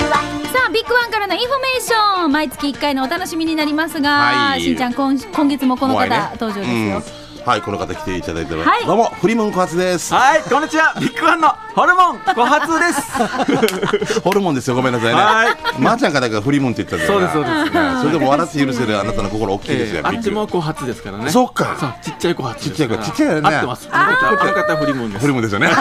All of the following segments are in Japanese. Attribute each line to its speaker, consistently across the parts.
Speaker 1: ックワンからのインフォメーション毎月1回のお楽しみになりますが、
Speaker 2: はい
Speaker 1: しんちゃん今今月もこの
Speaker 2: 怖
Speaker 1: 方、
Speaker 2: いね
Speaker 1: 登場です
Speaker 2: うん
Speaker 1: よ、
Speaker 2: はい、この方来ていただいてます。
Speaker 1: はい
Speaker 2: どうも、フリムンコハツです。
Speaker 3: はい、こんにちは、ビッグワンのホルモン小発です。
Speaker 2: ホルモンですよ、ごめんなさいね。
Speaker 3: は
Speaker 2: まーちゃんかだからフリムンって言ったんだよな
Speaker 3: そうですそうです
Speaker 2: ねそれでも笑って許せるあなたの心大き いです
Speaker 3: え
Speaker 2: よ、
Speaker 3: ー、あ
Speaker 2: び
Speaker 3: っ
Speaker 2: っ
Speaker 3: ち
Speaker 2: くり
Speaker 3: も小発ですからね。
Speaker 2: そっか
Speaker 3: そうちっちゃい小発ですから。
Speaker 2: ちっちゃい子ちっちゃいよね
Speaker 3: 合ってます。この方フリモンです。
Speaker 2: フリムンですよね。
Speaker 1: と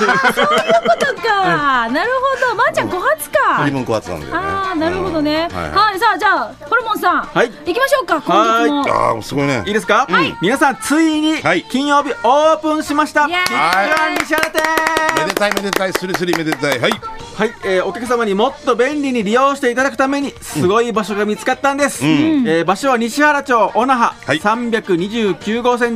Speaker 1: か、なるほどまー、ちゃん5発か、
Speaker 2: フリムンコハツなんだよね。
Speaker 1: ああなるほどね、
Speaker 2: うん
Speaker 1: は、
Speaker 2: はいい
Speaker 1: さあじゃあホルモンさん、
Speaker 3: はい
Speaker 1: 行きましょうか今月も
Speaker 3: は
Speaker 2: ああ、すごいね
Speaker 3: いい。ですか、
Speaker 2: はい
Speaker 3: 皆さんついに
Speaker 2: はい
Speaker 3: 金曜日オープンしました、
Speaker 1: イエーイ
Speaker 3: ビッグワン西原店
Speaker 2: めでたいめでたい、スリスリめでたい。はい。
Speaker 3: はい、えーお客様にもっと便利に利用していただくためにすごい場所が見つかったんです、えー場所は西原町小那覇、
Speaker 2: はい
Speaker 3: 329号線沿い、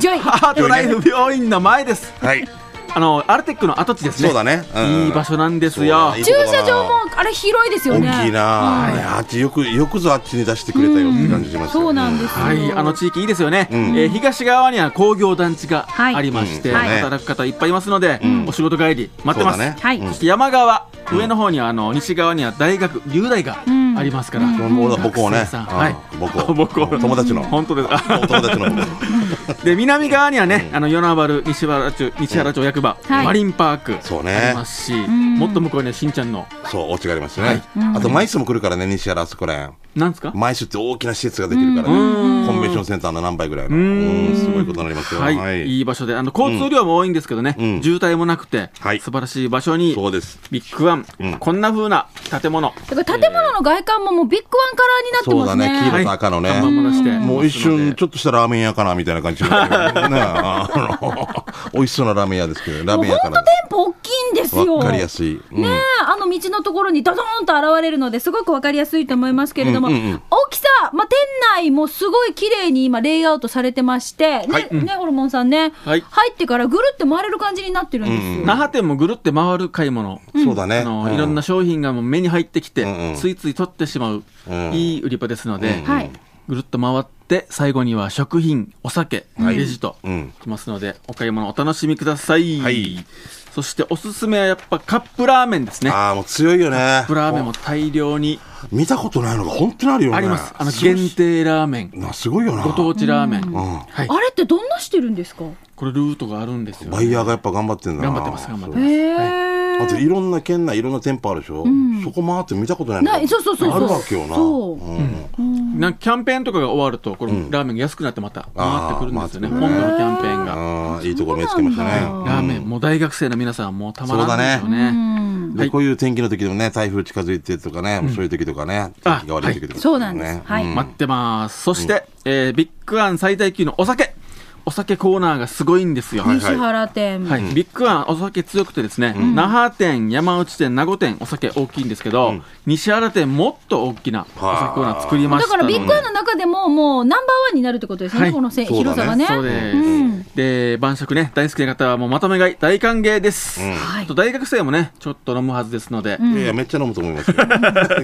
Speaker 1: ジョイ
Speaker 3: ハートライフ病院の前です
Speaker 2: はい。
Speaker 3: あのアルテックの跡地ですね
Speaker 2: そうだねうん
Speaker 3: いい場所なんです
Speaker 2: そう
Speaker 3: よ
Speaker 2: だね
Speaker 1: 駐車場もあれ広いですよ
Speaker 2: 大
Speaker 1: ね
Speaker 2: きいなあいやあっちよく、よくぞあっちに出してくれたよって感じしますよ
Speaker 1: そうなんですよ、
Speaker 3: はい、あの地域いいですよね、
Speaker 2: ん
Speaker 3: えー東側には工業団地が
Speaker 1: はい
Speaker 3: ありまして、
Speaker 2: うんそうだね
Speaker 3: 働く方いっぱいいますので、お仕事帰り待ってます、
Speaker 2: そうだね
Speaker 1: はい
Speaker 3: そして山側、上の方にはあの西側には大学留大が
Speaker 1: ん
Speaker 3: ありますか
Speaker 2: う
Speaker 3: ら、
Speaker 2: ん俺は母校ね
Speaker 3: 学生さん
Speaker 2: うん
Speaker 3: はい
Speaker 2: 母 校
Speaker 3: 母校
Speaker 2: 友達の
Speaker 3: 本当です
Speaker 2: お友達の方で
Speaker 3: で南側にはね、あの与那原西原町西原町役場、
Speaker 1: はい
Speaker 3: マリンパーク
Speaker 2: そうね
Speaker 3: ありますし、もっと向こうにはしんちゃんの
Speaker 2: そう、お家がありますね。あと、マイスも来るからね、西原あそこらへん。
Speaker 3: なんですか
Speaker 2: マイスって大きな施設ができるからね。
Speaker 3: う
Speaker 2: コンベンションセンターの何倍ぐらいの。
Speaker 3: う
Speaker 2: うんん、すごいことになりますよ。
Speaker 3: はい、い、い場所であの交通量も多いんですけどね、
Speaker 2: うん
Speaker 3: 渋滞もなくて、
Speaker 2: はい
Speaker 3: 素晴らしい場所に
Speaker 2: そうです。
Speaker 3: ビッグワン、
Speaker 2: うん
Speaker 3: こんな風な建物
Speaker 1: だから建物の外観ももうビッグワンカラーに
Speaker 2: そう
Speaker 1: な
Speaker 2: だ
Speaker 1: ってますね
Speaker 2: ね、黄色と赤のね。
Speaker 3: 看板も出して
Speaker 2: もう一瞬、ちょっとしたラーメン屋かなみたいな感じになってるよね ねあの美味しそうなラーメン屋ですけど、ラーメン
Speaker 1: もう
Speaker 2: 屋
Speaker 1: ほ
Speaker 2: か
Speaker 1: んと
Speaker 2: な
Speaker 1: 店舗大きいんですよ。
Speaker 2: わかりやすい。うん
Speaker 1: ねえ、あの道のところにドドーンと現れるのですごくわかりやすいと思いますけれども、
Speaker 2: うんうんうん
Speaker 1: 大きさ、まあ、店内もすごい綺麗に今レイアウトされてまして、ね、
Speaker 2: はい
Speaker 1: ね、ホルモンさんね、
Speaker 3: はい
Speaker 1: 入ってからぐるって回れる感じになってるんですよ。
Speaker 2: うん
Speaker 3: 那覇店もぐるって回る買い物、
Speaker 2: そうだね。
Speaker 3: あの
Speaker 2: う
Speaker 3: いろんな商品がもう目に入ってきて、
Speaker 2: うんうん
Speaker 3: ついつい取ってしまう、
Speaker 2: うん
Speaker 3: いい売り場ですので、
Speaker 2: うん
Speaker 1: はい。
Speaker 3: ぐるっと回って最後には食品お酒、
Speaker 2: はい
Speaker 3: レジと
Speaker 2: うん
Speaker 3: 来ますのでお買い物お楽しみください、
Speaker 2: はい
Speaker 3: そしておすすめはやっぱカップラーメンですねカ
Speaker 2: ああ、もう強いよね
Speaker 3: ッ。プラーメンも大量に
Speaker 2: 見たことないのが本当にあるよね。
Speaker 3: ありますあの
Speaker 2: すごい
Speaker 3: 限定ラーメン
Speaker 2: なすごいよな。
Speaker 3: ご当地ラーメン、はい、
Speaker 1: あれってどんなしてるんですか
Speaker 3: これルートがあるんですよ、
Speaker 2: バイヤーがやっぱ頑張ってんだな。
Speaker 3: 頑張ってます頑張って
Speaker 1: へ
Speaker 3: ま
Speaker 1: え、
Speaker 2: あといろんな県内いろんな店舗あるでしょ、そこ回って見たことないの
Speaker 1: ないそうそうそうそう
Speaker 2: あるわけよな
Speaker 1: そうん
Speaker 3: なんかキャンペーンとかが終わるとこれラーメンが安くなってまた回ってくるんですよね、
Speaker 2: あー
Speaker 3: 本土のキャンペーンが、
Speaker 2: ああいいところ見つけました
Speaker 1: そうなん
Speaker 2: ね
Speaker 3: ラーメンもう大学生の皆さんはもうたまらないでしょう
Speaker 1: う
Speaker 3: ね
Speaker 1: ん。
Speaker 2: でこういう天気の時でもね台風近づいてとかね、そういう時とかね天気が悪い時とか、ね
Speaker 1: そうなんですはい
Speaker 2: うん
Speaker 3: 待ってますそして、えービッグワン最大級のお酒お酒コーナーがすごいんですよ、
Speaker 1: 西原店。
Speaker 3: はい、ビッグワンお酒強くてですね、那覇店山内店名護店お酒大きいんですけど、西原店もっと大きなお酒コーナー作りま
Speaker 1: だ
Speaker 3: した
Speaker 1: か
Speaker 3: の
Speaker 1: ら
Speaker 3: で
Speaker 1: ビッグワンの中でももうナンバーワンになるってことですよね、
Speaker 3: はい
Speaker 1: このせ
Speaker 2: そうだね
Speaker 1: 広さがね。
Speaker 3: そうです、
Speaker 1: うん
Speaker 3: で晩酌ね大好きな方はもうまとめ買い大歓迎です、
Speaker 1: はい
Speaker 3: あと大学生もねちょっと飲むはずですので、
Speaker 2: いやいやめっちゃ飲むと思い ますよ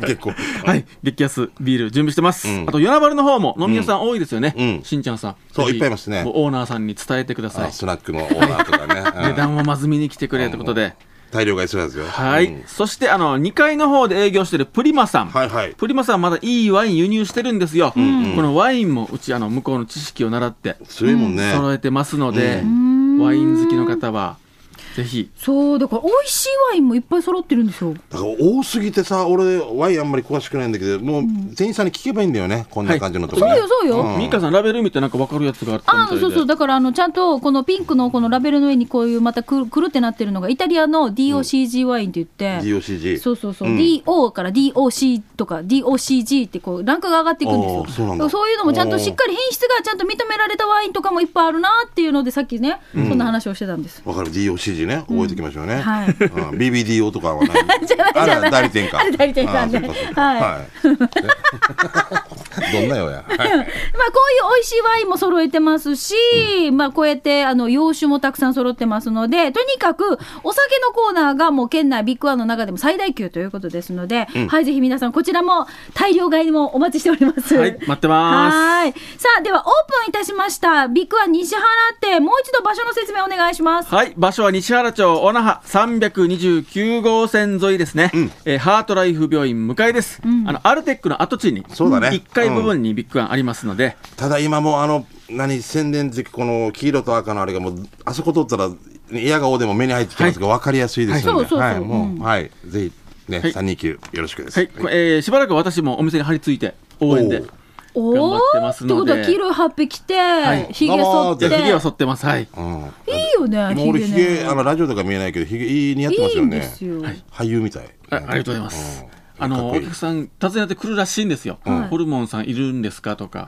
Speaker 2: 結構
Speaker 3: はい、激安ビール準備してます。
Speaker 2: ん
Speaker 3: あと、与那原の方も飲み屋さん多いですよね。
Speaker 2: うん
Speaker 3: しんちゃんさん。
Speaker 2: そう
Speaker 3: ぜひ
Speaker 2: いっぱいいますね
Speaker 3: もうオーナーさんに伝えてくださ
Speaker 2: あ
Speaker 3: い。
Speaker 2: スナックのオーナーとかね、うん
Speaker 3: 値段をまず見に来てくれということで。
Speaker 2: 大量買いするやつよ
Speaker 3: はい、
Speaker 2: うん
Speaker 3: そして、あの、2階の方で営業してるプリマさん。
Speaker 2: はいはい
Speaker 3: プリマさんまだいいワイン輸入してるんですよ。このワインもうち、あの、向こうの知識を習って
Speaker 2: 強いもんね、
Speaker 3: 揃えてますので、ワイン好きの方は、ぜひ。
Speaker 1: そう、だから美味しいワインもいっぱい揃ってるんですよ。
Speaker 2: だから多すぎてさ俺ワインあんまり詳しくないんだけどもう店員さんに聞けばいいんだよねこんな感じのとこ、ね
Speaker 1: そうよ、そうよ。
Speaker 3: ミカさん、ラベル見てなんか分かるやつがあったみ
Speaker 1: あ
Speaker 3: たい
Speaker 1: ー
Speaker 3: で。
Speaker 1: そうそう、だからあのちゃんとこのピンクのこのラベルの上にこういうまたくるくるってなってるのが、イタリアの DOCG ワインって言って、
Speaker 2: DOCG
Speaker 1: そうそうそう、DO から DOC とか DOCG ってこう、ランクが上がっていくん
Speaker 2: あー
Speaker 1: です
Speaker 2: そう
Speaker 1: よ。
Speaker 2: なん
Speaker 1: か
Speaker 2: だ
Speaker 1: らそういうのもちゃんとしっかり品質がちゃんと認められたワインとかもいっぱいあるなっていうので、さっきね、そんな話をしてたんです。
Speaker 2: わかる DOCG ね覚えておきましょうね、
Speaker 1: はい
Speaker 2: うん BBDO とかはね
Speaker 1: じゃないじゃない
Speaker 2: あら代理店か
Speaker 1: あれ代理店さんね
Speaker 2: あーそうかそうか
Speaker 1: はい
Speaker 2: はい どんなよや、はい
Speaker 1: まあ、こういう美味しいワインも揃えてますし、まあ、こうやって、あの、洋酒もたくさん揃ってますので、とにかく、お酒のコーナーがもう県内ビッグワンの中でも最大級ということですので、はい、ぜひ皆さん、こちらも大量買いもお待ちしております。
Speaker 3: はい待ってます
Speaker 1: はい。さあ、では、オープンいたしました。ビッグワン西原店、もう一度場所の説明お願いします。
Speaker 3: はい、場所は西原町小那覇329号線沿いですね、
Speaker 2: うん
Speaker 3: えーハートライフ病院向かいです、あのアルテックの跡地に
Speaker 2: そうだね
Speaker 3: 1階部分にビッグワンありますので、
Speaker 2: ただ今もうあの、何、宣伝時、この黄色と赤のあれがもう、あそこ通ったら、嫌顔でも目に入ってきますが、分かりやすいですよね。
Speaker 1: はいそうそうそう
Speaker 2: はい、
Speaker 1: う
Speaker 2: も
Speaker 1: ん
Speaker 2: う、はい、ぜひ、ね、
Speaker 3: はい
Speaker 2: 三人九よろしくです。
Speaker 3: はいこえーしばらく私もお店に張り付いて応援で
Speaker 2: おー
Speaker 1: おお
Speaker 3: 張って
Speaker 1: ー
Speaker 3: ま
Speaker 1: っ
Speaker 3: す
Speaker 1: てこ
Speaker 3: の
Speaker 1: と
Speaker 3: で
Speaker 1: は黄色い葉っぺ着て
Speaker 3: い
Speaker 1: ひげ剃っ
Speaker 2: どう
Speaker 1: て
Speaker 2: もー
Speaker 3: 髭を
Speaker 1: い
Speaker 3: 剃ってますはい
Speaker 2: うん。
Speaker 1: いよね
Speaker 2: もう俺、
Speaker 1: ひ
Speaker 2: ひ
Speaker 1: げ
Speaker 2: げ、
Speaker 1: ね
Speaker 2: あの、ラジオとか見えないけど、ひげ、いい似合ってます
Speaker 1: いい
Speaker 2: よ
Speaker 1: んで
Speaker 2: ね。
Speaker 1: すよ
Speaker 2: 俳優みたい。
Speaker 3: あありがとうございます
Speaker 2: うん。
Speaker 3: あの、
Speaker 2: か
Speaker 3: お
Speaker 2: っこいい
Speaker 3: 客さん、訪ねてくるらしいんですよ。
Speaker 1: ん
Speaker 3: ホルモンさんいるんですかとか、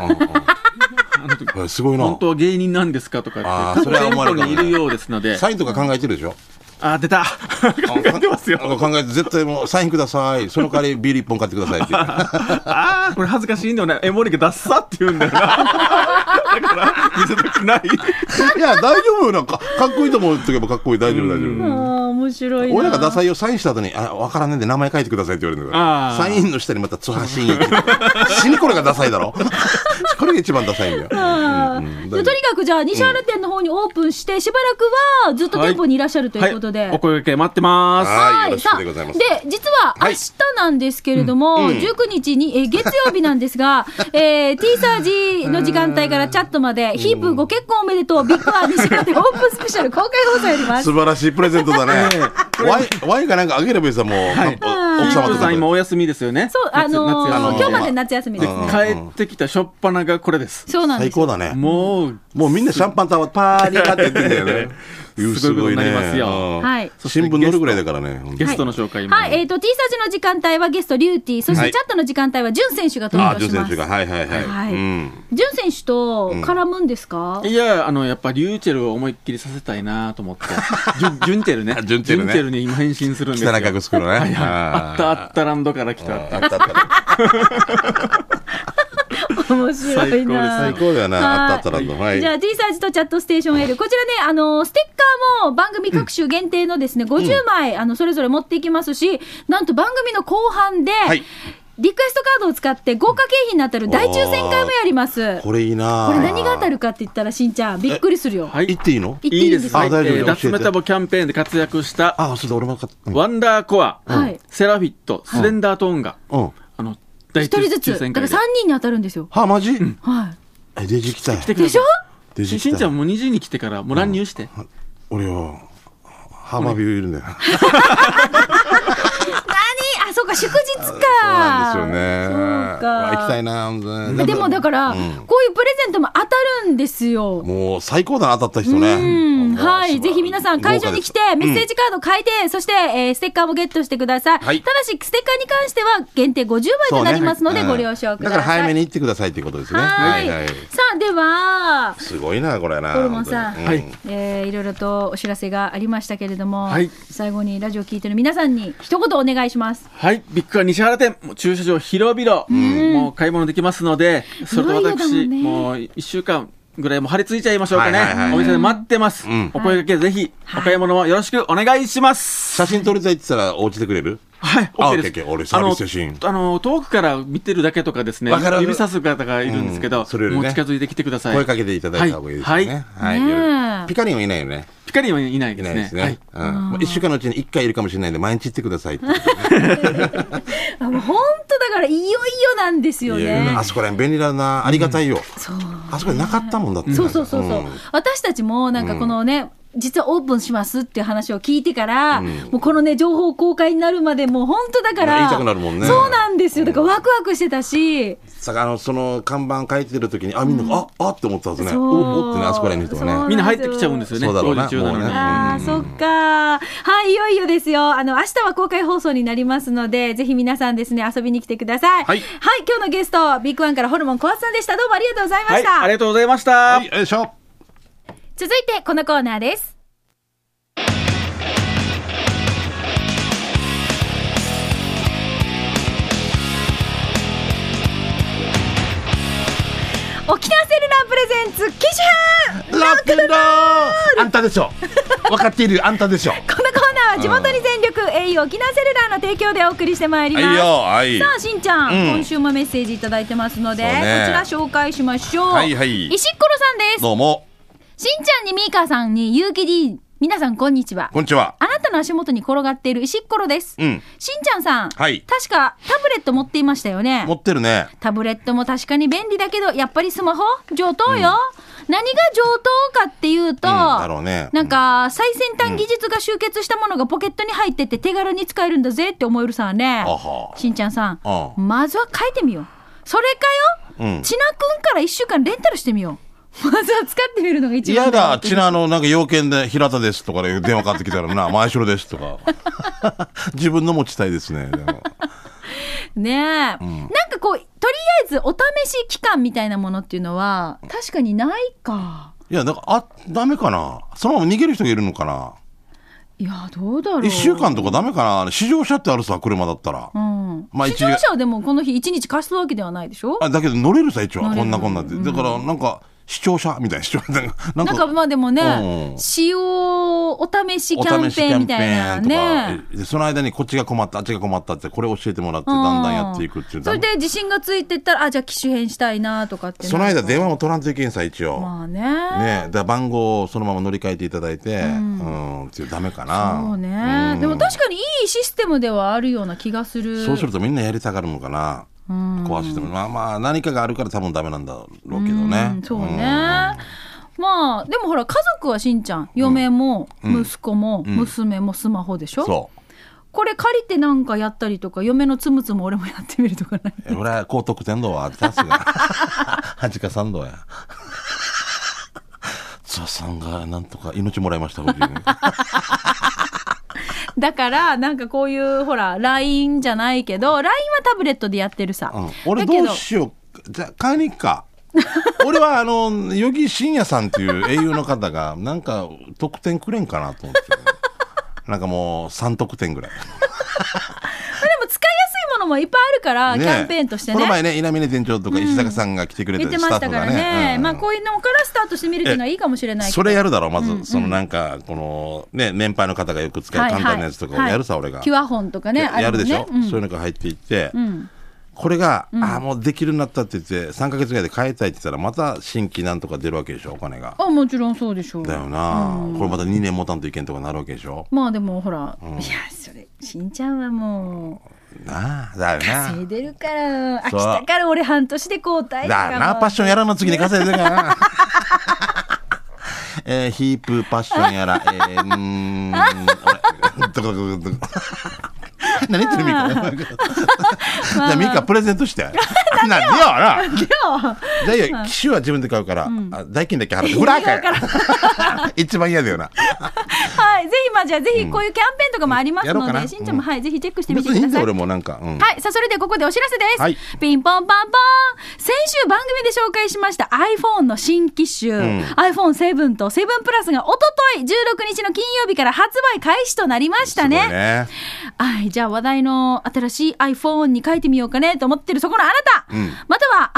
Speaker 2: うんうんすごいな。
Speaker 3: 本当は芸人なんですかとか
Speaker 2: あ
Speaker 3: って、
Speaker 2: ーそ
Speaker 3: 各
Speaker 2: れは思
Speaker 3: 店
Speaker 2: われ
Speaker 3: 舗
Speaker 2: るかも
Speaker 3: にい
Speaker 2: ね
Speaker 3: るようですので、
Speaker 2: サインとか考えてるでしょ
Speaker 3: あー、出 た考えてますよ。
Speaker 2: あの考えて、絶対もう、サインください。その代わりビール一本買ってください っていう。
Speaker 3: ああ、これ恥ずかしいんだよね。エモリがダッサって言うんだよな。だから、見せたくない。
Speaker 2: いや、大丈夫よな。かかっこいいと思うとけばかっこいい。大丈夫、大丈夫。
Speaker 1: あー面白いな
Speaker 2: 俺らがダサいをサインした後に、あ、わからないんで名前書いてくださいって言われるんだから。
Speaker 3: あー
Speaker 2: サインの下にまた、つはしんって。死にこれがダサいだろ これが一番ダサいんだよ。
Speaker 1: あー
Speaker 2: うん
Speaker 1: でとにかくじゃあ西原店の方にオープンしてしばらくはずっと店舗にいらっしゃ るということで、
Speaker 3: お声掛け待ってま
Speaker 2: はい、よろし
Speaker 1: さあ
Speaker 2: くでございます。
Speaker 1: で実は明
Speaker 2: はい
Speaker 1: 日なんですけれども、19日に、えー月曜日なんですが、 えー、T サージの時間帯からチャットまで、ヒープご結婚おめでとう、ビッグワン西原でオープンスペシャル公開放送やります
Speaker 2: 素。晴らしいプレゼントだね。 ワイ、ワイがなんかあげればいいさ、もう、
Speaker 3: す。
Speaker 2: 奥
Speaker 3: ヒ
Speaker 2: 様
Speaker 3: ー
Speaker 2: と
Speaker 3: プさん今お休みですよね。
Speaker 1: そう、あのー今
Speaker 3: 夏夏休みで
Speaker 1: 日まで夏休みですね。
Speaker 3: 帰ってきた初っ端がこれです。
Speaker 1: そうなんで
Speaker 2: 最
Speaker 1: すよ。
Speaker 2: 高だね。
Speaker 3: もう、
Speaker 2: もうみんなシャンパンタワーパーリーって言ってんだよね。
Speaker 3: すごいことになりますよ
Speaker 2: うん
Speaker 1: はい
Speaker 2: 新聞載るぐらいだからね。
Speaker 3: ゲストの紹介も。
Speaker 1: はい、えっ、と、T サージの時間帯はゲスト、リューティー、そし
Speaker 2: は
Speaker 1: て
Speaker 2: い
Speaker 1: チャットの時間帯は、ジュン選手が登
Speaker 2: ああ、
Speaker 1: 場
Speaker 2: ジュ
Speaker 1: し
Speaker 2: ン選
Speaker 1: ま
Speaker 2: 手
Speaker 1: す。
Speaker 2: が。はいはいはい。
Speaker 1: はい
Speaker 2: うん
Speaker 1: ジュン選手と絡むんですか、
Speaker 3: いや、あの、やっぱ、リューチェルを思いっきりさせたいなと思って。ジュンジュンテル ね。
Speaker 2: ジュンテルね
Speaker 3: ジに今変身するんですよ。
Speaker 2: 北中城のね。
Speaker 3: はいはいあったあ
Speaker 2: あ
Speaker 3: ったランドから来た。
Speaker 2: ーあったあった。
Speaker 1: 面白いな
Speaker 3: 最
Speaker 2: 最高だよな、あったあったらと。はい。
Speaker 1: じゃあ T サージとチャットステーション L、こちらね、あのステッカーも番組各種限定のですね、50枚、あのそれぞれ持っていきますし、なんと番組の後半で、
Speaker 2: い
Speaker 1: リクエストカードを使って豪華景品に当たる大抽選会もやります。こ
Speaker 2: これいいな
Speaker 1: れ何が当たるかって言ったら、しんちゃん、びっくりするよ。
Speaker 3: はい
Speaker 2: 言っていいの
Speaker 1: 言ってい
Speaker 3: い
Speaker 1: い
Speaker 3: い
Speaker 1: で
Speaker 3: ですす
Speaker 1: か
Speaker 3: か、
Speaker 2: あ大丈夫
Speaker 3: えー脱メタボキャンペーンで活躍した、
Speaker 2: ああ、そうだ、俺も買った。うん
Speaker 3: ワンダーコア、
Speaker 1: はい
Speaker 3: セラフィット、スレンダートーンが、
Speaker 2: うん。
Speaker 3: あの、第
Speaker 1: 一人ずつ、だから3人に当たるんですよ。
Speaker 2: はあ、マジ
Speaker 1: は
Speaker 2: え、デジ来たい
Speaker 3: 来。て
Speaker 1: い。でしょ
Speaker 2: デジ
Speaker 3: し
Speaker 2: 来たい
Speaker 3: しんちゃんもう2時に来てから、もう乱入して。
Speaker 2: 俺よ、浜ビビるんだよ。
Speaker 1: 何あ、そうか、祝日か。そう
Speaker 2: そうなんですよね。
Speaker 1: そうか
Speaker 2: うわ行きたいな本当ね
Speaker 1: でもだから、こういうプレゼントも当たるんですよ。
Speaker 2: もう最高だな、当たった人
Speaker 1: うん
Speaker 2: ね。
Speaker 1: はい。ぜひ皆さん会場に来て、メッセー
Speaker 2: ジ。
Speaker 1: ジカード書いて、そして、えーステッカーもゲットしてください。
Speaker 2: はい
Speaker 1: ただし、ステッカーに関しては限定50枚
Speaker 2: そう
Speaker 1: とな
Speaker 2: ね
Speaker 1: りますので、
Speaker 2: うん
Speaker 1: ご了承ください。
Speaker 2: だから早めに行ってくださいということですね。
Speaker 1: はーい。
Speaker 2: はいはい。
Speaker 1: さあ、では、
Speaker 2: すごいな、これな。
Speaker 1: ホルモンさん
Speaker 2: 本当に
Speaker 3: はい。
Speaker 1: えーいろいろとお知らせがありましたけれども、
Speaker 3: はい
Speaker 1: 最後にラジオ聞いてる皆さんに一言お願いします。
Speaker 3: はい、ビッグは西原店、もう駐車場広々、もう買い物できますので、それと
Speaker 1: いよいよだも
Speaker 3: 私、
Speaker 1: んね
Speaker 3: もう1週間ぐらいもう張り付いちゃいましょうかね。
Speaker 2: はいはいはいはい
Speaker 3: お店で待ってます。
Speaker 2: ん
Speaker 3: お声掛けぜひ、お買い物もよろしくお願いします。
Speaker 2: 写真撮りたいって言ったら、おうちでくれる
Speaker 3: はい、
Speaker 2: あ
Speaker 3: OK です。
Speaker 2: OK OK 俺サービス写真
Speaker 3: あの、あの遠くから見てるだけとかですね
Speaker 2: わかる、
Speaker 3: 指さす方がいるんですけど、
Speaker 2: うんそれより
Speaker 3: も
Speaker 2: ね
Speaker 3: う近づいてきてください。
Speaker 2: 声かけていただいた方がいいですよね。はい
Speaker 1: はいねえ
Speaker 2: よろピカリンはいないよね。
Speaker 3: ピカリンはいない
Speaker 2: い
Speaker 3: で
Speaker 2: な
Speaker 3: す
Speaker 2: い
Speaker 3: ね。
Speaker 2: です
Speaker 3: はい
Speaker 2: ね。うんまあ一週間のうちに一回いるかもしれないんで、毎日行ってくださいってことで
Speaker 1: あもう本当だから、いよいよなんですよ
Speaker 2: いやいや
Speaker 1: ね
Speaker 2: あ。そこら辺便利だな。ありがたいよ。
Speaker 1: そう。
Speaker 2: あそこになかったもんだって。
Speaker 1: そうそうそうそう、
Speaker 2: ん
Speaker 1: 私たちもなんかこのね、実はオープンしますっていう話を聞いてから、もうこのね、情報公開になるまで、もう本当だから、
Speaker 2: 言いたくなるもんね
Speaker 1: そうなんですよ、だからワクワクしてたし、
Speaker 2: さあのその看板書いてる時にあみんな、ああって思ってたんですね
Speaker 1: そう
Speaker 2: おおってねあそこら辺の人
Speaker 1: そう
Speaker 2: が
Speaker 3: み
Speaker 2: ね
Speaker 3: んな入ってきちゃうんですよね、
Speaker 2: そうだろ
Speaker 3: 工
Speaker 2: うな
Speaker 3: 事中なのに
Speaker 2: もうね
Speaker 3: はい
Speaker 1: ああ、そっか、はい、いよいよですよ、あの明日は公開放送になりますので、ぜひ皆さんですね、遊びに来てください。
Speaker 2: はい
Speaker 1: 今日のゲスト、ビッグワンからホルモン小松さんでした、どうもありがとうございま
Speaker 3: は
Speaker 1: し
Speaker 3: い、
Speaker 1: た。
Speaker 3: ありがとうございました。
Speaker 2: はいよいしょ
Speaker 1: 続いてこのコーナーです沖縄セルラープレゼンツ機種編
Speaker 4: ラックンロールあんたでしょ分かっているよあんたでしょ
Speaker 1: このコーナーは地元に全力 au 沖縄セルラーの提供でお送りしてまいり
Speaker 2: は
Speaker 1: ま
Speaker 2: い
Speaker 1: す、
Speaker 2: よはい
Speaker 1: さあしんちゃん、
Speaker 2: うん
Speaker 1: 今週もメッセージいただいてますので、
Speaker 2: そうね
Speaker 1: こちら紹介しましょう、
Speaker 2: はいはい
Speaker 1: 石ころさんです
Speaker 2: どうも
Speaker 1: しんちゃんにみーかさんに、ゆうきり皆さんこんにちは
Speaker 2: こんにちは。
Speaker 1: あなたの足元に転がっている石っころです、
Speaker 2: うん
Speaker 1: しんちゃんさん、
Speaker 2: はい
Speaker 1: 確かタブレット持っていましたよね
Speaker 2: 持ってるね。
Speaker 1: タブレットも確かに便利だけどやっぱりスマホ上等よ、何が上等かっていうと、
Speaker 2: うんだろうね
Speaker 1: なんか最先端技術が集結したものがポケットに入ってて手軽に使えるんだぜって思えるさね
Speaker 2: あは
Speaker 1: しんちゃんさん
Speaker 2: ああ
Speaker 1: まずは書いてみようそれかよ、
Speaker 2: うん
Speaker 1: ちなくんから1週間レンタルしてみようまずは使ってみるのが一番
Speaker 2: 嫌
Speaker 1: よ
Speaker 2: だ、ちなあの、なんか要件で、平田ですとかで電話かかってきた らな、前城ですとか。 自分の持ちたいですね。でも
Speaker 1: ねえ、なんかこうとりあえずお試し期間みたいなものっていうのは確かにないか
Speaker 2: いや、なんか、あ、ダメかな。そのまま逃げる人がいるのかな。
Speaker 1: いやどうだろう
Speaker 2: 一週間とかダメかな。試乗車ってあるさ、車だったら
Speaker 1: う。ん、
Speaker 2: まあ
Speaker 1: 試乗車はでもこの日一日貸すわけではないでしょ
Speaker 2: あだけど乗れるさ、一応。
Speaker 1: 乗れる
Speaker 2: こんなこんなって。だから、なんか、視聴者みたいな、視聴者なんか、なん
Speaker 1: なんかまあでもね
Speaker 2: う、ん
Speaker 1: 使用お試し
Speaker 2: お
Speaker 1: キャン
Speaker 2: 試しキ
Speaker 1: ペーン
Speaker 2: ャン
Speaker 1: み
Speaker 2: ペ
Speaker 1: たいな
Speaker 2: ーンとか、
Speaker 1: ね。
Speaker 2: でその間にこっちが困ったあっちが困ったってこれ教えてもらってだんだんやっていくっていう
Speaker 1: うんそれで自信がついてったら、あ、じゃあ機種変したいなとかって。
Speaker 2: その間電話も取らんといけんさ一応、
Speaker 1: まあね。
Speaker 2: ねだから番号をそのまま乗り換えていただいてうん、っていうダメかな
Speaker 1: そうね、
Speaker 2: ん
Speaker 1: でも確かにいいシステムではあるような気がする。
Speaker 2: そうするとみんなやりたがるのかな、壊してもまあまあ何かがあるから多分ダメなんだろうけどね、
Speaker 1: うんそうね。
Speaker 2: ん
Speaker 1: まあ、でもほら、家族はしんちゃん、嫁も、息子も、
Speaker 2: ん
Speaker 1: 娘もスマホでしょ、
Speaker 2: そう
Speaker 1: これ借りてなんかやったりとか、嫁のつむつむ俺もやってみるとかない。
Speaker 2: え俺は高得点度はさすが。 はじかさん度 や。ツアさんがなんとか命もらいました、僕に
Speaker 1: だから、なんかこういう、ほら、LINE じゃないけど、LINE はタブレットでやってるさ。
Speaker 2: うん俺どうしようか。じゃあ、買いに行 くか。俺はあの、ヨギ深也さんっていう英雄の方が、なんか得点くれんかなと思って。なんかもう3得点ぐらい。
Speaker 1: だけどでも使いやすいものもいっぱいあるから、
Speaker 2: ね
Speaker 1: キャンペーンとして
Speaker 2: こ
Speaker 1: ね
Speaker 2: の。前ね、稲峰店長とか石坂さんが来てくれて、
Speaker 1: 言って
Speaker 2: ス
Speaker 1: ま
Speaker 2: タッ
Speaker 1: し
Speaker 2: フ
Speaker 1: たか
Speaker 2: が
Speaker 1: らね。
Speaker 2: ね。うん
Speaker 1: まあこういうのからスタートしてみるっていうのはいいかもしれないけど。
Speaker 2: それやるだろう、まず、そのなんか、この、ね、年配の方がよく使う
Speaker 1: はいはい
Speaker 2: 簡単なやつとかをやるさ、
Speaker 1: はい
Speaker 2: 俺が。
Speaker 1: キュアホンとかね。
Speaker 2: やるでしょ、
Speaker 1: あもんね
Speaker 2: そううんいうのが入っていって、
Speaker 1: うん。
Speaker 2: これが、ああもうできるようになったって言って3か月ぐらいで変えたいって言ったらまた新規なんとか出るわけでしょお金が
Speaker 1: あ、もちろんそうでしょう。
Speaker 2: だよな、これまた2年持たんといけんとかなるわけでしょ
Speaker 1: まあでもほら、いや、それ、しんちゃんはもう、
Speaker 2: なあだよ
Speaker 1: 稼い
Speaker 2: な
Speaker 1: でるから、飽き
Speaker 2: そう
Speaker 1: たから俺半年で交代と
Speaker 2: だ
Speaker 1: か
Speaker 2: よな
Speaker 1: もう
Speaker 2: パッションやらの次に稼いでるから なえー、ヒープパッションやら、えー、うーん、俺、どこどこどこどこ 何言って るミカ。じゃあミカプレゼントして。なんでよな。
Speaker 1: 今日
Speaker 2: だいや、機種は自分で買うから、あ代金だけ 払って、裏かよ 一番嫌だよな。
Speaker 1: はい、ぜひ、まあ、じゃあ、ぜひ、こういうキャンペーンとかもあります
Speaker 2: やろう
Speaker 1: の
Speaker 2: か
Speaker 1: で、
Speaker 2: な
Speaker 1: しんちゃんも、
Speaker 2: うん
Speaker 1: はい、ぜひチェックしてみ
Speaker 2: 別
Speaker 1: てく
Speaker 2: にいい
Speaker 1: だ
Speaker 2: んだ
Speaker 1: さ
Speaker 2: よ
Speaker 1: い。
Speaker 2: 俺もなんか。うん
Speaker 1: はい、さあ、それでここでお知らせです。
Speaker 2: はい
Speaker 1: ピンポンパンポン先週番組で紹介しました iPhone の新機種、
Speaker 2: ん
Speaker 1: iPhone7 と7プラスがおととい16日の金曜日から発売開始となりました
Speaker 2: すごい
Speaker 1: ね。
Speaker 2: ね。
Speaker 1: はい、じゃあ話題の新しい iPhone に書いてみようかねと思ってるそこのあなた、
Speaker 2: うん
Speaker 1: または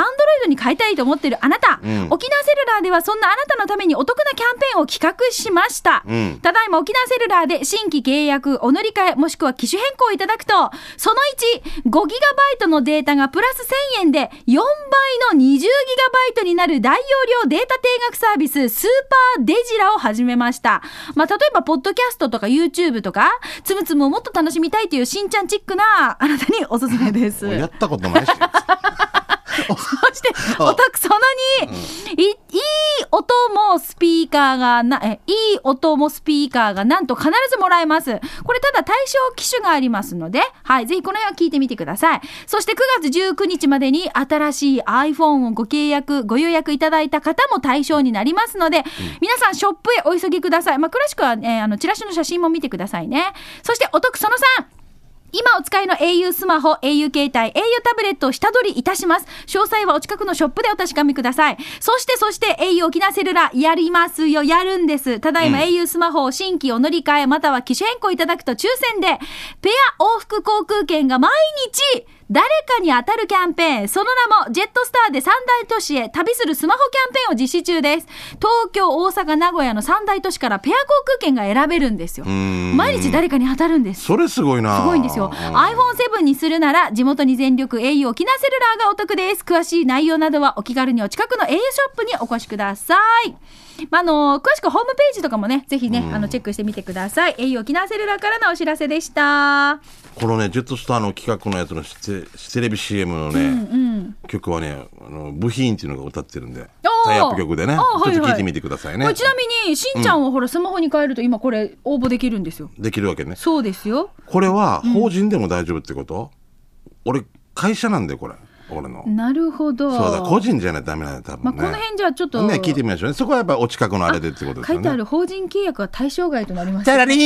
Speaker 1: Android に変えたいと思ってるあなた、
Speaker 2: うん
Speaker 1: 沖縄セルラーではそんなあなたのためにお得なキャンペーンを企画しました。
Speaker 2: うん
Speaker 1: ただいま沖縄セルラーで新規契約、お乗り換え、もしくは機種変更いただくと、その1、5GB のデータがプラス1000円で4倍の 20GB になる大容量データ定額サービス、スーパーデジラを始めました。まあ、例えば、ポッドキャストとか YouTube とか、つむつむをもっと楽しみたいというしんちゃんチックなあなたにおすすめです。
Speaker 2: 俺やったことな いし。
Speaker 1: そして、おたくその2、いいい音もスピーカーがな、え、いい音もスピーカーがなんと必ずもらえます。これただ対象機種がありますので、はい、ぜひこの辺は聞いてみてください。そして9月19日までに新しい iPhone をご契約、ご予約いただいた方も対象になりますので、皆さんショップへお急ぎください。まあ、詳しくは、えーあの、チラシの写真も見てくださいね。そして、お得その3、今お使いの au スマホ、au 携帯、au タブレットを下取りいたします。詳細はお近くのショップでお確かめください。そして、そして au 沖縄セルラー、やりますよ、やるんです。ただいま au スマホを新規お乗り換え、または機種変更いただくと抽選で、ペア往復航空券が毎日、誰かに当たるキャンペーン、その名も、ジェットスターで三大都市へ旅するスマホキャンペーンを実施中です。東京、大阪、名古屋の三大都市からペア航空券が選べるんですよ。
Speaker 2: ん
Speaker 1: 毎日誰かに当たるんです。
Speaker 2: それすごいな。
Speaker 1: すごいんですよ。
Speaker 2: う
Speaker 1: iPhone7 にするなら、地元に全力 au 沖縄セルラーがお得です。詳しい内容などはお気軽にお近くの au ショップにお越しください。まあ、あの詳しくホームページとかもね、ぜひね、あのチェックしてみてください。au 沖縄セルラーからのお知らせでした。
Speaker 5: このね、ジェットスターの企画のやつのしテテレビ CM のね、曲はね、あのブヒーンっていうのが歌ってるんで、
Speaker 1: おー
Speaker 5: タイアップ曲でね、
Speaker 1: あーはいはい
Speaker 5: ちょっと聞いてみてくださいね。
Speaker 1: これちなみに、しんちゃんをほら、スマホに変えると、今これ応募できるんですよ。
Speaker 5: できるわけね。
Speaker 1: そうですよ。
Speaker 5: これは法人でも大丈夫ってこと、俺、会社なんだよ、これ。俺の。
Speaker 1: なるほど。
Speaker 5: そうだ、個人じゃないとダメなんだよ、多
Speaker 1: まあ、
Speaker 5: 分ね。
Speaker 1: この辺じゃあちょっと、
Speaker 5: ね、聞いてみましょうね。そこはやっぱお近くのあれでってことです
Speaker 1: 書
Speaker 5: よ
Speaker 1: いてあ
Speaker 5: ね。
Speaker 1: る法人契約は対象外となります
Speaker 5: チャラリ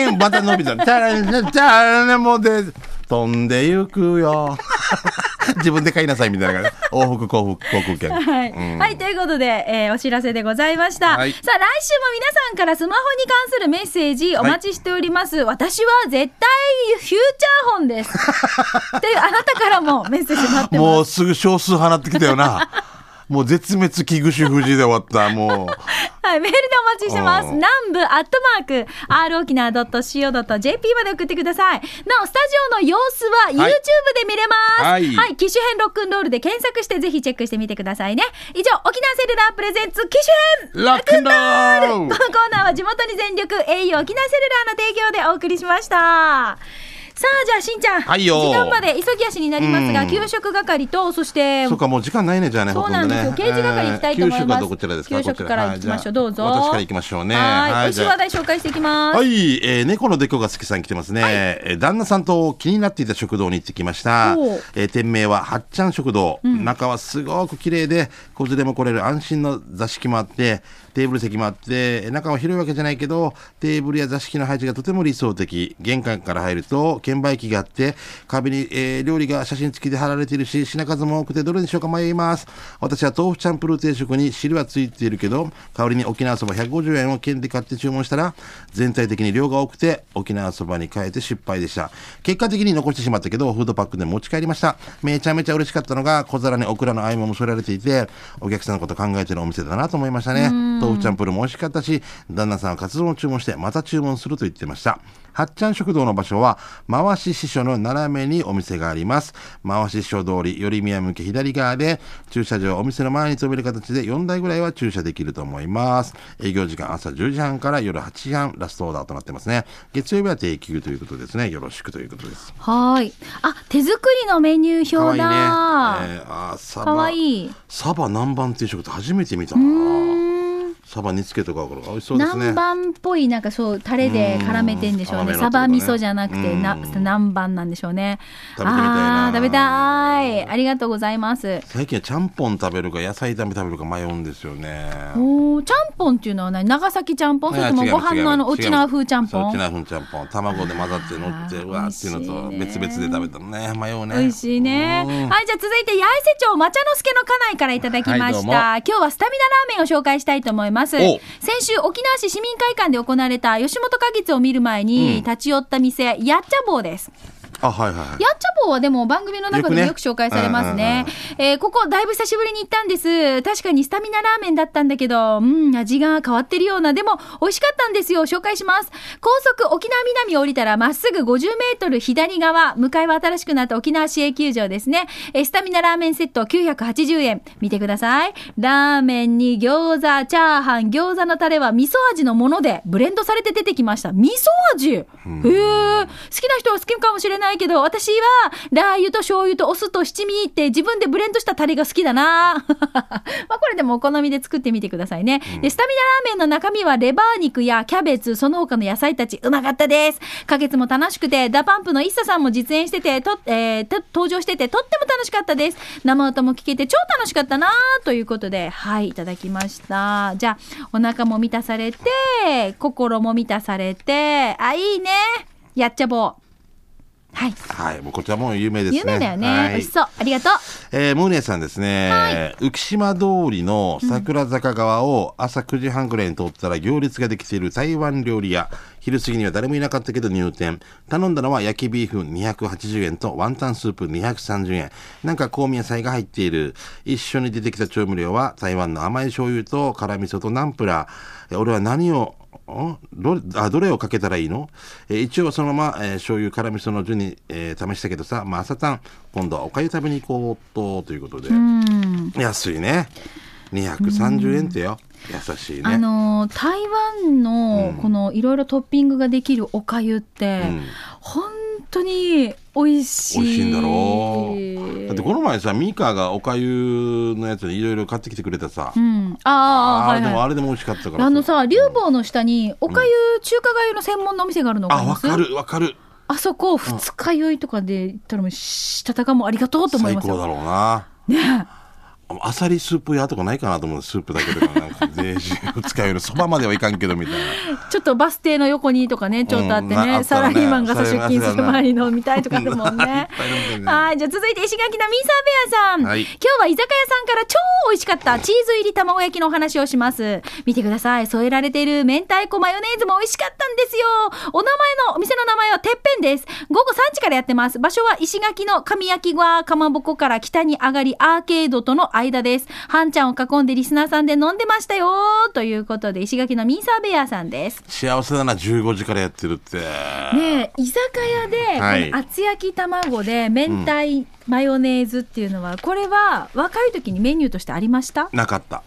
Speaker 5: ーンまた伸びた。チャラリン、チャラリン、もうで、飛んでゆくよ。 自分で買いなさいみたいな感じ。往復、幸福、航 空券。
Speaker 1: はい、
Speaker 5: うん
Speaker 1: はい、ということで、えーお知らせでございました、
Speaker 5: はい
Speaker 1: さあ来週も皆さんからスマホに関するメッセージお待ちしております、私は絶対フューチャーホンです っていうあなたからもメッセージ待って
Speaker 5: も
Speaker 1: ま
Speaker 5: うすぐ少数放ってきたよな。もう絶滅危惧種富士で終わった。も
Speaker 1: すはいメールでお待ちしてます
Speaker 5: うん
Speaker 1: 南部アットマーク r 沖縄 .co.jp まで送ってくださいなおスタジオの様子は YouTube で見れますは、
Speaker 5: はいい
Speaker 1: 機種編ロックンロールで検索してぜひチェックしてみてくださいね以上沖縄セルラープレゼンツ機種編
Speaker 5: う、ラックンロー
Speaker 1: この
Speaker 5: ル
Speaker 1: コーナーは地元に全力 au 沖縄セルラーの提供でお送りしました。さあじゃあしんちゃん、
Speaker 5: はいよ
Speaker 1: 時間まで急ぎ足になりますが、
Speaker 5: うん
Speaker 1: 給食係とそして
Speaker 5: そうか、もう時間ないね、じゃあね、
Speaker 1: そうなんですよ
Speaker 5: ほとど
Speaker 1: 刑事係行きたいと思います
Speaker 5: えー給食はどこちらですか
Speaker 1: 給食から行きましょう
Speaker 5: こちら
Speaker 1: どうぞ
Speaker 5: はいじゃあ私から行きましょうね。
Speaker 1: はい美味しい
Speaker 5: じゃあ
Speaker 1: 話題紹介していきます。
Speaker 5: はい、えー猫のでこが好きさん来てますね、えー旦那さんと気になっていた食堂に行ってきました
Speaker 1: おう、
Speaker 5: えー店名ははっちゃん食堂、中はすごく綺麗で子連れも来れる安心の座敷もあってテーブル席もあってえー中は広いわけじゃないけどテーブルや座敷の配置がとても理想的玄関から入ると券売機があって壁に、えー料理が写真付きで貼られているし品数も多くてどれにしようか迷います私は豆腐チャンプルー定食に汁はついているけど代わりに沖縄そば150円を券で買って注文したら全体的に量が多くて沖縄そばに変えて失敗でした結果的に残してしまったけどフードパックで持ち帰りましためちゃめちゃ嬉しかったのが小皿にオクラの合間も添えられていてお客さんのこと考えてるお店だなと思いましたね豆腐チャンプルーも美味しかったし旦那さんはカツ丼を注文してまた注文すると言ってましたはっちゃん食堂の場所は回し師匠の斜めにお店があります回し師匠通り寄り宮向け左側で駐車場はお店の前に止める形で4台ぐらいは駐車できると思います営業時間朝10時半から夜8時半ラストオーダーとなってますね月曜日は定休ということですねよろしくということです
Speaker 1: はいあ手作りのメニュー
Speaker 5: かわ
Speaker 1: 表
Speaker 5: いいね、え
Speaker 1: だ。
Speaker 5: ー、あーサバ
Speaker 1: かわいい。
Speaker 5: サバ南蛮定食って初めて見た
Speaker 1: う
Speaker 5: な
Speaker 1: ーん
Speaker 5: サバ煮付けとかこれ美味しそうですね
Speaker 1: 南蛮っぽいなんかそうタレで絡めてんでしょうね
Speaker 5: うん
Speaker 1: サバ味噌じゃなくて
Speaker 5: うん
Speaker 1: な南蛮なんでしょうね
Speaker 5: 食べてみたいな
Speaker 1: あー食べたいありがとうございます
Speaker 5: 最近はちゃんぽん食べるか野菜炒め食べるか迷うんですよね
Speaker 1: おーちゃんぽんっていうのは何長崎ちゃんぽんそれとも
Speaker 5: いや
Speaker 1: ご飯のあの
Speaker 5: 違う違う
Speaker 1: 沖縄風ちゃんぽ
Speaker 5: そうん沖縄風ちゃんぽん卵で混ざって乗って
Speaker 1: あー
Speaker 5: うわーっていうのと
Speaker 1: 美味し
Speaker 5: 別
Speaker 1: いね
Speaker 5: 々で食べたのね迷うね
Speaker 1: 美味しいね。
Speaker 5: うん
Speaker 1: はい、じゃあ続いて、八重瀬町抹茶の助の家内からいただきま
Speaker 5: はいど
Speaker 1: した。
Speaker 5: うも
Speaker 1: 今日はスタミナラーメンを紹介したいと思います。
Speaker 5: お
Speaker 1: 先週、沖縄市市民会館で行われた吉本花月を見る前に、立ち寄った店、やっちゃ坊です。
Speaker 5: あはいはいはい
Speaker 1: やっちゃ坊はでも番組の中
Speaker 5: よく
Speaker 1: で
Speaker 5: ね
Speaker 1: よく紹介されますね。えーここだいぶ久しぶりに行ったんです。確かにスタミナラーメンだったんだけど、うん、味が変わってるような、でも美味しかったんですよ。紹介します。高速沖縄南を降りたらまっすぐ50メートル左側、向かいは新しくなった沖縄市営球場ですね。えースタミナラーメンセット980円。見てください。ラーメンに餃子、チャーハン、餃子のタレは味噌味のもので、ブレンドされて出てきました。味噌味へー。好きな人は好きかもしれないけど、私は、ラー油と醤油とお酢と七味って自分でブレンドしたタレが好きだな まあこれでもお好みで作ってみてくださいね。で、スタミナラーメンの中身はレバー肉やキャベツ、その他の野菜たち、うまかったです。花月も楽しくて、ダパンプのイッサさんも実演してて、と、えーと登場してて、とっても楽しかったです。生歌も聴けて超楽しかったなということで、はい、いただきました。じゃあ、お腹も満たされて、心も満たされて、あ、いいね。やっちゃぼう。はい。
Speaker 5: はいもうこちらも有名ですね
Speaker 1: 有名だよね、
Speaker 5: はい
Speaker 1: 美味しそうありがとう
Speaker 5: えー、ムーネさんですね、浮島通りの桜坂側を朝9時半ぐらいに通ったら行列ができている台湾料理屋昼過ぎには誰もいなかったけど入店頼んだのは焼きビーフ280円とワンタンスープ230円なんか香味野菜が入っている一緒に出てきた調味料は台湾の甘い醤油と辛味噌とナンプラーえ俺は何をんどれあどれをかけたらいいの、えー一応そのまま、えー醤油辛味噌の順に、えー試したけどさ、まあ、朝たん今度はおかゆ食べに行こうっとということで安いね230円ってよ優しい
Speaker 1: あ
Speaker 5: ね。
Speaker 1: のー台湾のこのいろいろトッピングができるおかゆって、
Speaker 5: うん
Speaker 1: 本当に美味しい。
Speaker 5: 美味しいんだろう。だってこの前さ、ミカがおかゆのやつにいろいろ買ってきてくれたさ
Speaker 1: う。ん、ああ、
Speaker 5: あ
Speaker 1: は
Speaker 5: れ
Speaker 1: い、
Speaker 5: でも
Speaker 1: は
Speaker 5: あれでも美味しかったか
Speaker 1: い。
Speaker 5: ら。
Speaker 1: あのさ、流房の下におかゆ、中華がゆの専門のお店があるの
Speaker 5: あ、
Speaker 1: わ
Speaker 5: わ
Speaker 1: かり
Speaker 5: か
Speaker 1: ます
Speaker 5: るわかる。
Speaker 1: あそこ二日酔いとかで行ったらもうしたたかもありがとうと思い
Speaker 5: 最
Speaker 1: ます
Speaker 5: 高だ
Speaker 1: よ。
Speaker 5: ろうな。
Speaker 1: ね
Speaker 5: あさりスープ屋とかないかなと思うスープだけとかなんか 税収使うよりそばまではいかんけどみたい
Speaker 1: えちょっとバス停の横にとかねちょっとあってね,、
Speaker 5: うんなあったら
Speaker 1: サラ
Speaker 5: ね
Speaker 1: リーマンが朝出勤する前に
Speaker 5: そ
Speaker 1: 飲みたいとかあるもんね
Speaker 5: いっぱい飲んでるね
Speaker 1: はいじゃあ続いて石垣のミンサーベアさん、
Speaker 5: はい
Speaker 1: 今日は居酒屋さんから超美味しかったチーズ入り卵焼きのお話をします見てください添えられている明太子マヨネーズも美味しかったんですよお名前のお店の名前はてっぺんです午後3時からやってます場所は石垣の神焼きはかまぼこから北に上がりアーケードとの間ですハンちゃんを囲んでリスナーさんで飲んでましたよということで石垣のミンサーベアさんです
Speaker 5: な幸せだな15時からやってるって
Speaker 1: ねえ居酒屋で、
Speaker 5: はい
Speaker 1: この厚焼き卵で明太マヨネーズっていうのは、これは若い時にメニューとしてありました
Speaker 5: なかった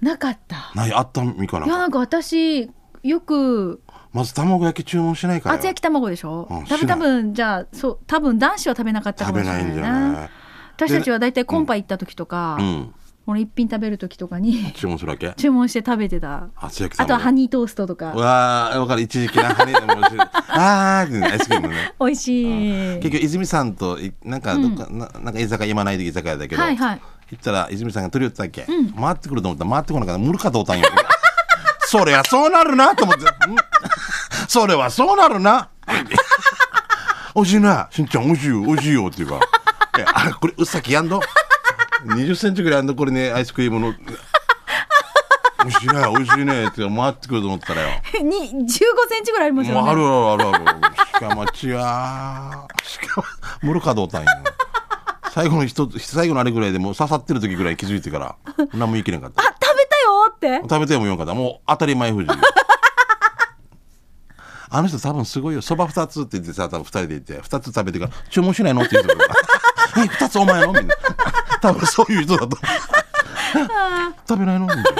Speaker 1: なかった
Speaker 5: ないあったみかない
Speaker 1: やなんか私よく
Speaker 5: まず卵焼き注文しないから
Speaker 1: 厚焼き卵でしょ、
Speaker 5: うん
Speaker 1: 多分
Speaker 5: しな
Speaker 1: 多
Speaker 5: い
Speaker 1: 分じゃあそう多分男子は食べなかったか
Speaker 5: 食
Speaker 1: も
Speaker 5: べ
Speaker 1: しれな
Speaker 5: ないいんだよ
Speaker 1: な
Speaker 5: ね
Speaker 1: 私たちは大体コンパ行った時とか、
Speaker 5: うん
Speaker 1: この一品食べる時とかに
Speaker 5: 注文するわけ
Speaker 1: 注文して食べてた
Speaker 5: 厚焼き
Speaker 1: あとはハ
Speaker 5: 卵
Speaker 1: ニートーストと
Speaker 5: う
Speaker 1: か
Speaker 5: わーわかる一時期なハニーでも美 味しいあーってねアイスクリームね
Speaker 1: 美味しい、
Speaker 5: 結局泉さんといなんかどっか、ななんか居酒屋今ない時居酒屋だけど、
Speaker 1: はいはい
Speaker 5: 行ったら泉さんが取り寄ったっけ、回ってくると思ったら回ってこなかった無理かと思ったん よそりゃそうなるなと思ってんそれはそうなるなおいしいなしんちゃんおいしいよおいしいよっていうかえあれこれうっさきやんど20センチぐらいあんどこれねアイスクリームのおいしいねおいしいねって回ってくると思ったらよ
Speaker 1: に15センチぐらいありますよね
Speaker 5: もうあるあるあるある。鹿町や。鹿町、ムルカドタンや。最後の一つ、最後のあれぐらいでもう刺さってる時ぐらい気づいてから、何もいけなかった
Speaker 1: あ。食べたよって
Speaker 5: 食べてもよかった。もう当たり前不自 由。あの人多分すごいよ。そば二つって言ってさ、多分二人で行って、二つ食べてから、注文しないのって言う人が え、二つお前のみた いな。多分そういう人だと思う。食べないのみたいな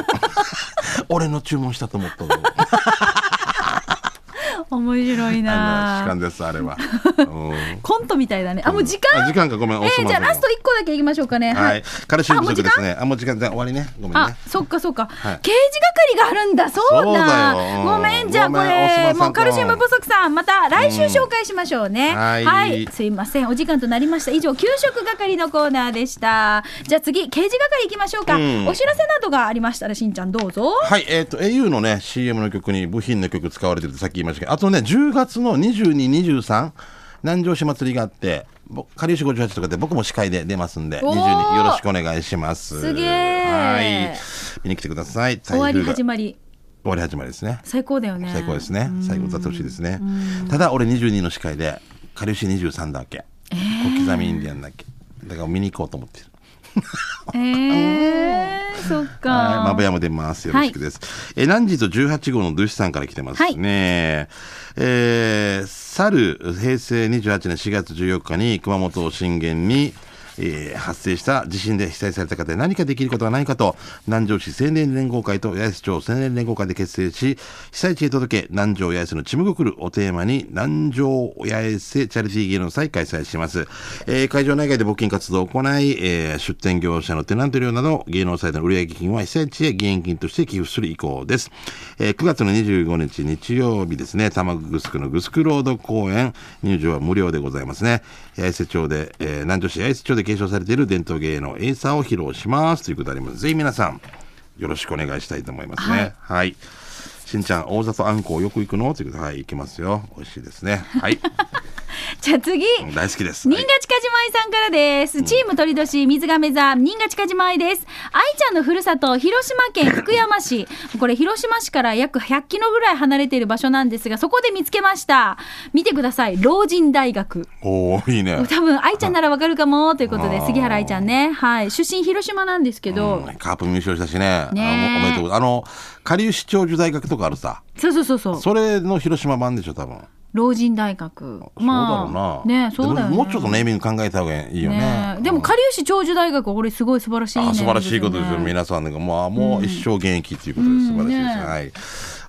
Speaker 5: 俺の注文したと思ったの。
Speaker 1: 面白い
Speaker 5: あ
Speaker 1: な
Speaker 5: の時間です、あれは。うん
Speaker 1: コントみたいだねあもう時間、
Speaker 5: あ時間かごめん
Speaker 1: え
Speaker 5: おす
Speaker 1: ー、
Speaker 5: ま
Speaker 1: じゃあ
Speaker 5: せん
Speaker 1: ラスト1個だけいきましょうかね
Speaker 5: はい彼氏
Speaker 1: あ
Speaker 5: 不
Speaker 1: もう
Speaker 5: 足
Speaker 1: 時
Speaker 5: で
Speaker 1: 間
Speaker 5: すねあもう時間だ終わりねごめん
Speaker 1: あ
Speaker 5: ね、
Speaker 1: そっかそっか、
Speaker 5: はい
Speaker 1: 刑事係があるんだ、そうだ。
Speaker 5: そうだようん
Speaker 1: ごめん、じゃあ
Speaker 5: ご
Speaker 1: こ
Speaker 5: めん大島
Speaker 1: れ、
Speaker 5: さんと
Speaker 1: もうカルシウム不足さん、また来週紹介しましょうね。
Speaker 5: うんはい
Speaker 1: すいません、お時間となりました。以上、給食係のコーナーでした。じゃあ次、刑事係行きましょうか。
Speaker 5: うん
Speaker 1: お知らせなどがありましたら、しんちゃんどうぞ。
Speaker 5: はい、えっ、と、au のね、CM の曲に部品の曲使われてるってさっき言いましたけど、あとね、10月の22、23、南城市祭りがあって、ぼかりゆし58とかで僕も司会で出ますんで、
Speaker 1: おー
Speaker 5: 22よろしくお願いします。
Speaker 1: すげー
Speaker 5: はい。見に来てください。
Speaker 1: 終わり始
Speaker 5: ま
Speaker 1: まり、
Speaker 5: 終わり始まりですね。
Speaker 1: 最高だよね。
Speaker 5: 最高ですね。最高歌ってほしいですね。ただ、俺22の司会で、かりゆし23だっけ。小刻みインディアンだっけ。だから見に行こうと思ってる。
Speaker 1: えー、そっか。
Speaker 5: はい、マブヤも出ます。よろしくです。えー、ランジーと18号のドゥシさんから来てますね。えー、去る平成28年4月14日に熊本を震源に、えー発生した地震で被災された方で何かできることはないかと、南城市青年連合会と八重洲町青年連合会で結成し、被災地へ届け、南城八重洲のちむぐくるをテーマに、南城八重洲チャリティー芸能祭開催します。えー会場内外で募金活動を行い、えー出店業者のテナント料など、芸能祭での売上金は被災地へ義援金として寄付する意向です。えー9月の25日日曜日ですね、玉城グスクのグスクロード公園、入場は無料でございますね。八重洲町で、えー南城市八重洲町で継承されている伝統芸能エイサーを披露します。ということであります。ぜひ皆さん、よろしくお願いしたいと思いますね。はい。しんちゃん、大里あんこよく行くのということで、はい、行きますよ。美味しいですね。 はい。
Speaker 1: じゃあ次。
Speaker 5: 大好きです。
Speaker 1: 新
Speaker 5: はい
Speaker 1: 賀近島愛さんからです。チーム鳥年水亀座、新賀近島愛です。愛ちゃんのふるさと、広島県福山市。これ、広島市から約100キロぐらい離れている場所なんですが、そこで見つけました。見てください。老人大学。
Speaker 5: おー、いいね。
Speaker 1: 多分、愛ちゃんならわかるかも、ということで、
Speaker 5: あー
Speaker 1: 杉原愛ちゃんね。はい。出身広島なんですけど、
Speaker 5: うんカープも優勝したしね。
Speaker 1: ねえ
Speaker 5: あおめでとうございます。あの、下流市長寿大学とかあるさ。
Speaker 1: そうそうそうそう。
Speaker 5: それの広島版でしょ、多分。
Speaker 1: 老人大学。
Speaker 5: そうだろうな。
Speaker 1: ね、そうだよね。
Speaker 5: でももうちょっとネーミング考えた方がいいよね。
Speaker 1: ねでも、
Speaker 5: か
Speaker 1: かりゆし長寿大学、俺すごい素晴らしいね、
Speaker 5: あ素晴らしいことですよ。
Speaker 1: ね
Speaker 5: 皆さんね、もう、もう一生現役っていうことで
Speaker 1: うん
Speaker 5: す。素晴らしいですね。
Speaker 1: ね
Speaker 5: はい。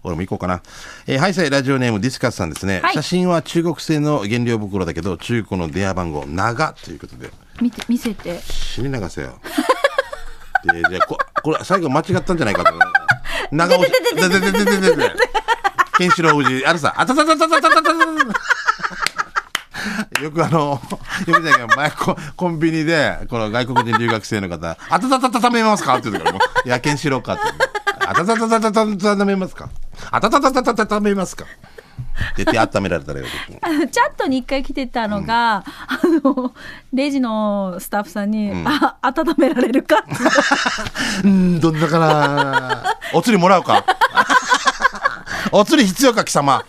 Speaker 5: 俺も行こうかな。えー、ハイサイラジオネームディスカスさんですね。
Speaker 1: はい
Speaker 5: 写真は中国製の原料袋だけど、中古の電話番号、長ということで。
Speaker 1: 見て、見せて。
Speaker 5: 死に流せよ。で、じゃあこ、これ、最後間違ったんじゃないかと。長押し、ででででででで。ケンシロウ氏、あれさ、あたたたたたたたたよくあの、よくじゃないか、前コ、コンビニで、この外国人留学生の方、あたたたたためますかって言うから、もう、いや、ケンシロウかって。あたたたたたたたためますかあたたたたたたためますかで、手温められたらよ。
Speaker 1: あの チャットに一回来てたのが、あの、レジのスタッフさんに、あ、温められるか って。
Speaker 5: うん、どんなかな。お釣りもらう か。お釣り必要か、貴様。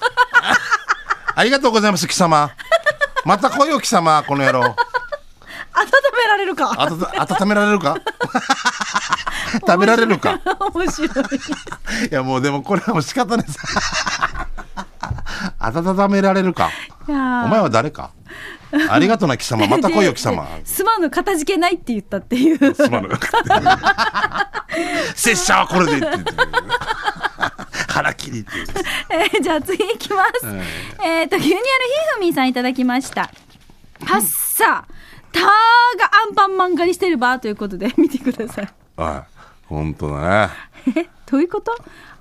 Speaker 5: ありがとうございます、貴様。また来いよ、貴様、この野郎。
Speaker 1: 温められるか
Speaker 5: あた温められる か食べられるか
Speaker 1: 面白い。
Speaker 5: いや、もうでもこれはもう仕方ないさ。 温められるか
Speaker 1: いや
Speaker 5: お
Speaker 1: ー
Speaker 5: 前は誰かありがとうな、貴様。また来いよ、貴様。
Speaker 1: ででですまぬ、片付けないって言ったっていう。
Speaker 5: すまなかった。 拙者はこれでって 言って。腹切りって言って。
Speaker 1: えーじゃあ次いきます。えっと、牛乳あるひふみんさんいただきました。はっさ、たーがアンパンマン狩りしてるばということで見てください。
Speaker 5: はい。本当だね。
Speaker 1: え、どういうこと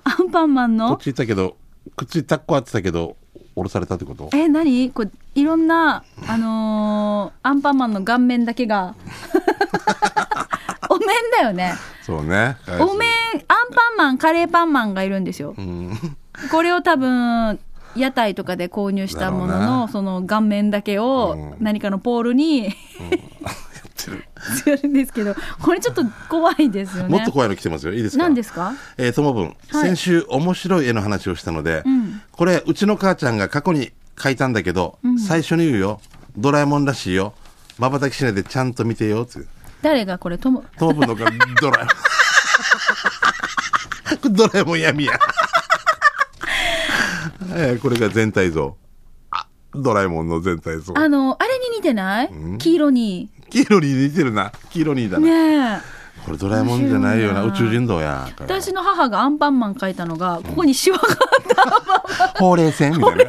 Speaker 1: アンパンマン
Speaker 5: こっ
Speaker 1: の
Speaker 5: ち行ったけど、口タッコあってたけど、降ろされたってこと
Speaker 1: え、何これ、いろんな、あのーアンパンマンの顔面だけが。 お面だよね。
Speaker 5: そうね。
Speaker 1: お面、アンパンマン、カレーパンマンがいるんですよ。
Speaker 5: うん。
Speaker 1: これを多分屋台とかで購入したもの
Speaker 5: だろ
Speaker 1: の、その顔面だけを何かのポールに、やるんですけどこれちょっと怖いですよね。
Speaker 5: もっと怖いの来てますよ。いいですか
Speaker 1: 何ですか
Speaker 5: えー、ともぶん、
Speaker 1: はい
Speaker 5: 先週面白い絵の話をしたので、これ、うちの母ちゃんが過去に描いたんだけど、最初に言うよ。ドラえもんらしいよ。瞬きしないでちゃんと見てよ。っていう
Speaker 1: 誰がこれとも
Speaker 5: ともぶんのがドラえもん。 これドラえもん闇や。えーこれが全体像。あ、ドラえもんの全体像。
Speaker 1: あのあれに似てない、黄色に
Speaker 5: 黄色に似てるな。黄色にだな。
Speaker 1: ねえ
Speaker 5: これドラえもんじゃないよな。宇
Speaker 1: 面白いな
Speaker 5: 宙人道や。これ
Speaker 1: 私の母がアンパンマン描いたのがここにシワがあった、
Speaker 5: ほうれい線みたいな。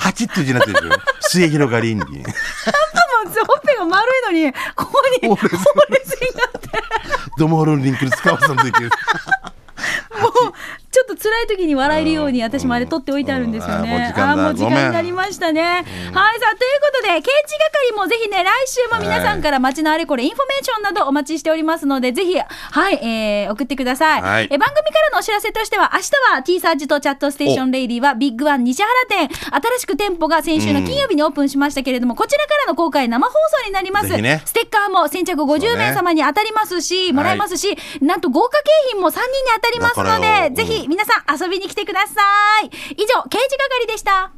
Speaker 5: 八っていう字になってるでしょ。末広がりに。
Speaker 1: もうほっぺが丸いのにここにほ
Speaker 5: ほ
Speaker 1: う
Speaker 5: う
Speaker 1: れ
Speaker 5: れ
Speaker 1: い
Speaker 5: い
Speaker 1: 線があって
Speaker 5: ドモホルンリンクル使わさんといける。
Speaker 1: もうちょっと辛い時に笑えるように私もあれ取っておいてあるんですよ
Speaker 5: うんうん
Speaker 1: ね
Speaker 5: あ。ー
Speaker 1: あーも
Speaker 5: も
Speaker 1: う
Speaker 5: う
Speaker 1: 時
Speaker 5: 時間だごめ
Speaker 1: 間
Speaker 5: ん
Speaker 1: になりましたね。はいさあということで刑事係もぜひね来週も皆さんから街のあれこれインフォメーションなどお待ちしておりますのでぜひはい、えー送ってください、
Speaker 5: はい
Speaker 1: えー番組からのお知らせとしては明日は T サージとチャットステーションレイディはビッグワン西原店新しく店舗が先週の金曜日にオープンしましたけれども、こちらからの公開生放送になります
Speaker 5: ぜひね
Speaker 1: ステッカーも先着50名様に当たりますし、もらえますし、なんと豪華景品も3人に当たります
Speaker 5: だか
Speaker 1: の
Speaker 5: ら
Speaker 1: で、
Speaker 5: よ
Speaker 1: ぜひ皆さん遊びに来てください。以上、刑事係でした。